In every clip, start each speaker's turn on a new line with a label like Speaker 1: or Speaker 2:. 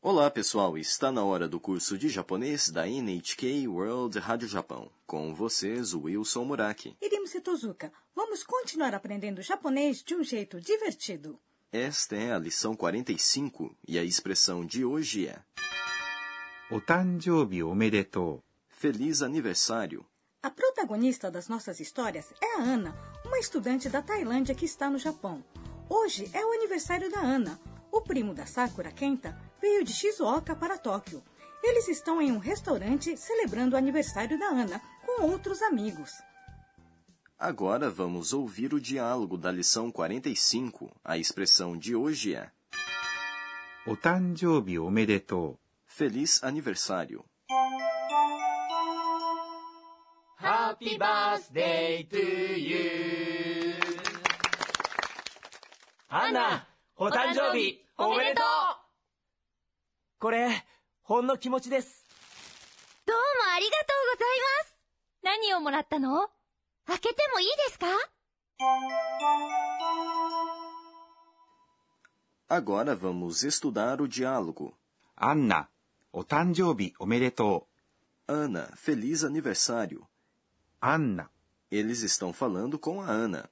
Speaker 1: Olá, pessoal! Está na hora do curso de japonês da NHK World Rádio Japão. Com vocês, o Wilson Muraki.
Speaker 2: Irimo Tozuka, vamos continuar aprendendo japonês de um jeito divertido.
Speaker 1: Esta é a lição 45 e a expressão de hoje é
Speaker 3: お誕生日おめでと
Speaker 1: Feliz Aniversário.
Speaker 2: A protagonista das nossas histórias é a Ana, uma estudante da Tailândia que está no Japão. Hoje é o aniversário da Ana. O primo da Sakura, Kenta, veio de Shizuoka para Tóquio. Eles estão em um restaurante celebrando o aniversário da Ana com outros amigos.
Speaker 1: Agora vamos ouvir o diálogo da lição 45. A expressão de hoje é
Speaker 3: う。お誕生日おめでと
Speaker 1: Feliz Aniversário.
Speaker 4: Happy birthday to you! アンナ、お誕生日おめでとうこれ、ほんの気持ちです。
Speaker 5: どうもありがとうございます。何をもらったの開けてもいいですか
Speaker 1: Agora vamos estudar o diálogo.
Speaker 3: う。アンナ、お誕生日おめでと
Speaker 1: Ana, feliz aniversário.
Speaker 3: う。アンナ、
Speaker 1: Eles estão falando com a Ana.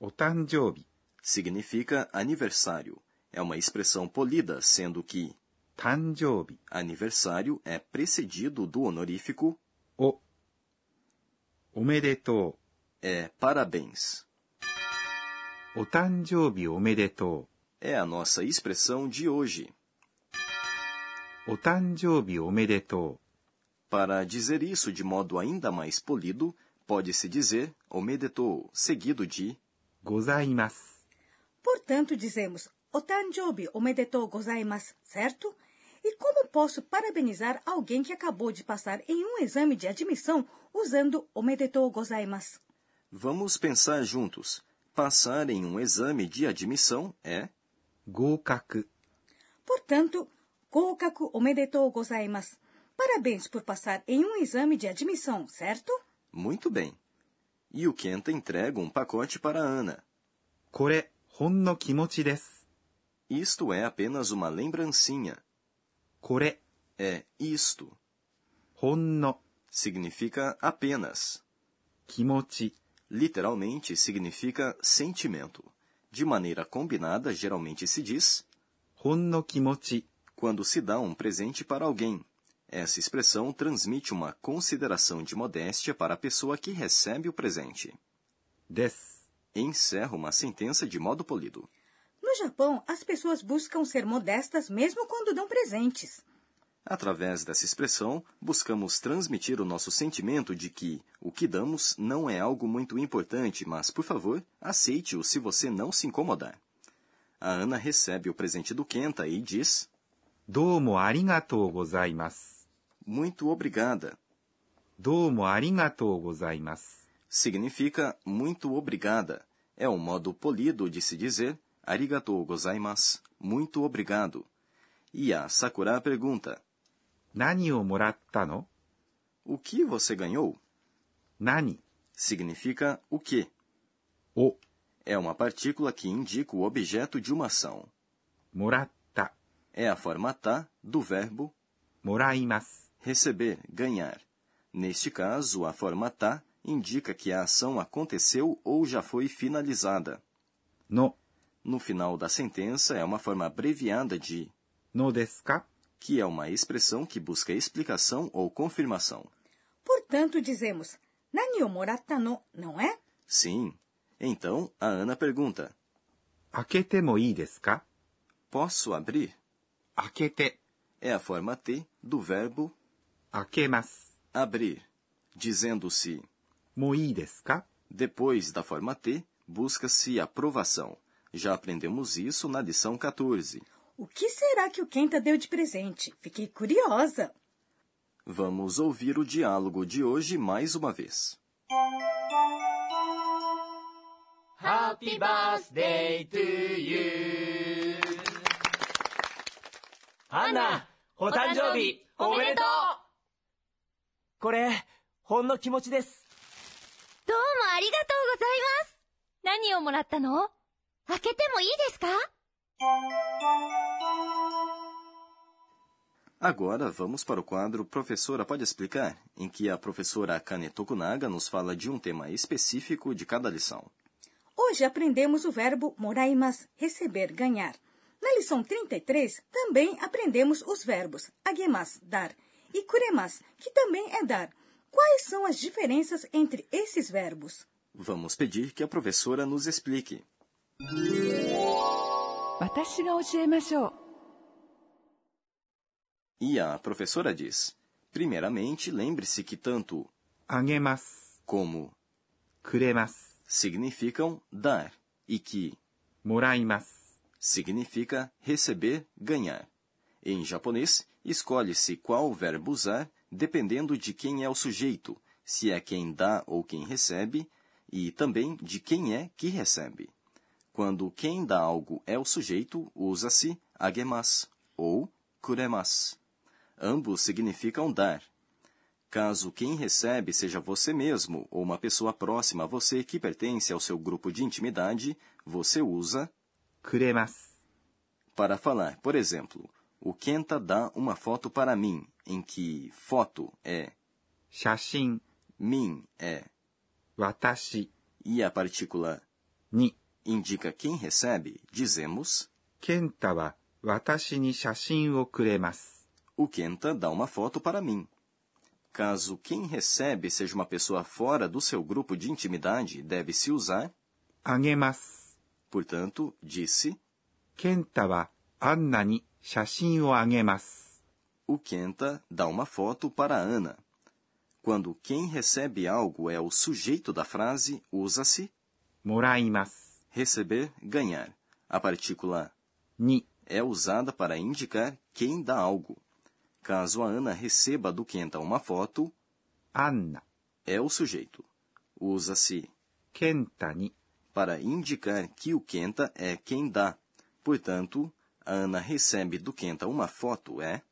Speaker 3: お誕生日、
Speaker 1: Significa aniversário. É uma expressão polida, sendo que
Speaker 3: 誕生日、
Speaker 1: aniversário é precedido do honorífico
Speaker 3: お。おめでと
Speaker 1: é parabéns.
Speaker 3: う。お誕生日おめでと
Speaker 1: É a nossa expressão de hoje.
Speaker 3: う。お誕生日おめでと
Speaker 1: Para dizer isso de modo ainda mais polido, pode-se dizer omedetou, seguido de
Speaker 3: う。ございます。
Speaker 2: Portanto, dizemos Otanjobi omedetou gozaimasu, certo? E como posso parabenizar alguém que acabou de passar em um exame de admissão usando omedetou gozaimasu?
Speaker 1: Vamos pensar juntos. Passar em um exame de admissão é
Speaker 3: 合格、
Speaker 2: Portanto, goukaku omedetou gozaimasu. Parabéns por passar em um exame de admissão, certo?
Speaker 1: muito bem. E o Kenta entrega um pacote para a Ana.
Speaker 3: これ、ほんの気持ちです。
Speaker 1: Isto é apenas uma lembrancinha.
Speaker 3: これ、
Speaker 1: É isto.
Speaker 3: ほんの
Speaker 1: Significa apenas.
Speaker 3: 気持ち、
Speaker 1: Literalmente significa sentimento. De maneira combinada, geralmente se diz
Speaker 3: ほんの気持ち、
Speaker 1: quando se dá um presente para alguém. Essa expressão transmite uma consideração de modéstia para a pessoa que recebe o presente.
Speaker 3: です。
Speaker 1: Encerra uma sentença de modo polido.
Speaker 2: No Japão, as pessoas buscam ser modestas mesmo quando dão presentes.
Speaker 1: Através dessa expressão, buscamos transmitir o nosso sentimento de que o que damos não é algo muito importante, mas, por favor, aceite-o se você não se incomodar. A Ana recebe o presente do Kenta e diz:
Speaker 3: どうもありがとうございます。
Speaker 1: Muito obrigada.
Speaker 3: どうもありがとうございます。
Speaker 1: Significa muito obrigada. É um modo polido de se dizer arigatou gozaimasu, muito obrigado. E a Sakura pergunta:
Speaker 3: 何をもらったの
Speaker 1: O que você ganhou?
Speaker 3: 何
Speaker 1: Significa o que?
Speaker 3: を
Speaker 1: É uma partícula que indica o objeto de uma ação.
Speaker 3: もらった、
Speaker 1: É a forma tá do verbo
Speaker 3: もらいます。
Speaker 1: receber, ganhar. Neste caso, a forma tá indica que a ação aconteceu ou já foi finalizada.
Speaker 3: の、
Speaker 1: No final da sentença, é uma forma abreviada de
Speaker 3: のですか
Speaker 1: que é uma expressão que busca explicação ou confirmação.
Speaker 2: Portanto, dizemos nani o morata no, não é?
Speaker 1: Sim. Então, a Ana pergunta:
Speaker 3: 開けてもいいですか
Speaker 1: Posso abrir?
Speaker 3: 開けて、
Speaker 1: É a forma T do verbo
Speaker 3: 開けます。
Speaker 1: abrir, dizendo-se
Speaker 3: もういいですか
Speaker 1: depois da forma T, busca-se aprovação. Já aprendemos isso na lição 14.
Speaker 2: O que será que o Kenta deu de presente? Fiquei curiosa.
Speaker 1: Vamos ouvir o diálogo de hoje mais uma vez.
Speaker 4: Happy birthday to you! アンナ、お誕生日おめでとうこれ、ほんの気持ちです。
Speaker 5: どうもありがとうございます。何をもらったの開けてもいいですか
Speaker 1: Agora vamos para o quadro Professora Pode Explicar, em que a professora Akane Tokunaga nos fala de um tema específico de cada lição.
Speaker 2: Hoje aprendemos o verbo moraimas, receber, ganhar. Na lição 33, também aprendemos os verbos agemas, dar, e kuremas, que também é dar. Quais são as diferenças entre esses verbos?
Speaker 1: Vamos pedir que a professora nos explique.
Speaker 6: 私が教えましょう
Speaker 1: E a professora diz: primeiramente, lembre-se que tanto
Speaker 3: あげます、
Speaker 1: como
Speaker 3: くれます、
Speaker 1: significam dar e que
Speaker 3: もらいます。
Speaker 1: significa receber, ganhar. Em japonês, escolhe-se qual verbo usar dependendo de quem é o sujeito, se é quem dá ou quem recebe, e também de quem é que recebe. Quando quem dá algo é o sujeito, usa-se agemasu ou kuremasu. Ambos significam dar. Caso quem recebe seja você mesmo ou uma pessoa próxima a você que pertence ao seu grupo de intimidade, você usa
Speaker 3: くれます、
Speaker 1: para falar, por exemplo, o Kenta dá uma foto para mim, em que foto é
Speaker 3: 写真、
Speaker 1: mim é
Speaker 3: 私
Speaker 1: e a partícula
Speaker 3: に。
Speaker 1: indica quem recebe, dizemos
Speaker 3: ケンタは私に写真をくれます。
Speaker 1: o Kenta dá uma foto para mim. Caso quem recebe seja uma pessoa fora do seu grupo de intimidade, deve-se usar,
Speaker 3: あげます。
Speaker 1: portanto, disse
Speaker 3: ケンタはアンナに写真をあげます。
Speaker 1: o Kenta dá uma foto para a Ana. Quando quem recebe algo é o sujeito da frase, usa-se
Speaker 3: もらいます。
Speaker 1: receber, ganhar. A partícula
Speaker 3: に。
Speaker 1: é usada para indicar quem dá algo. Caso a Ana receba do Kenta uma foto,
Speaker 3: アンナ、
Speaker 1: é o sujeito. Usa-se
Speaker 3: ケンタに
Speaker 1: para indicar que o Kenta é quem dá. Portanto, a Ana recebe do Kenta uma foto é.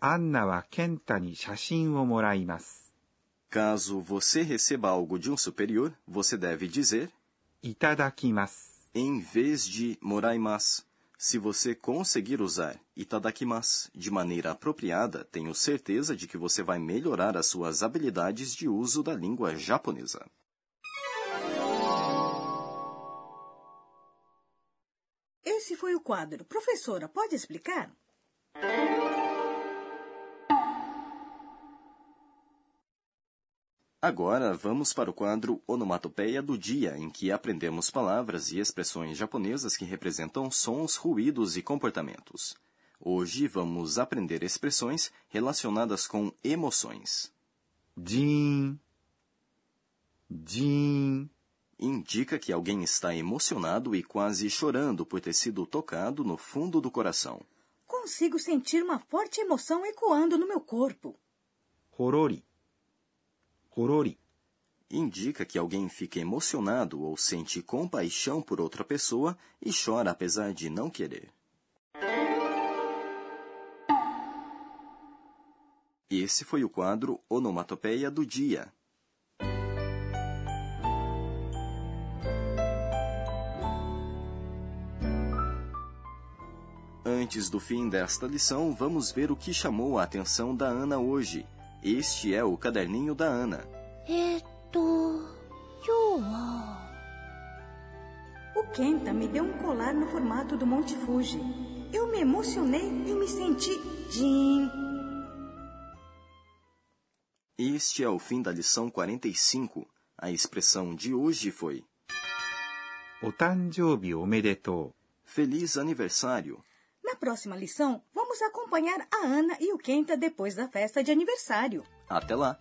Speaker 3: アンナはケンタに写真をもらいます。
Speaker 1: Caso você receba algo de um superior, você deve dizer
Speaker 3: いただきます。
Speaker 1: em vez de moraimas. Se você conseguir usar itadakimasu de maneira apropriada, tenho certeza de que você vai melhorar as suas habilidades de uso da língua japonesa.
Speaker 2: Esse foi o quadro. Professora, pode explicar?
Speaker 1: Agora vamos para o quadro Onomatopeia do Dia, em que aprendemos palavras e expressões japonesas que representam sons, ruídos e comportamentos. Hoje vamos aprender expressões relacionadas com emoções.
Speaker 3: ジーン。ジーン。
Speaker 1: indica que alguém está emocionado e quase chorando por ter sido tocado no fundo do coração.
Speaker 2: Consigo sentir uma forte emoção ecoando no meu corpo.
Speaker 3: ほろり。ほろり。
Speaker 1: Indica que alguém fica emocionado ou sente compaixão por outra pessoa e chora apesar de não querer. Esse foi o quadro Onomatopeia do Dia. Antes do fim desta lição, vamos ver o que chamou a atenção da Ana hoje. Este é o caderninho da Ana.
Speaker 5: えーっと、今日は、
Speaker 2: O Kenta me deu um colar no formato do Monte Fuji. Eu me emocionei e me senti Jin.
Speaker 1: Este é o fim da lição 45. A expressão de hoje foi
Speaker 3: お誕生日おめでと
Speaker 1: Feliz aniversário.
Speaker 2: Na próxima lição, vamos acompanhar a Ana e o Kenta depois da festa de aniversário.
Speaker 1: Até lá!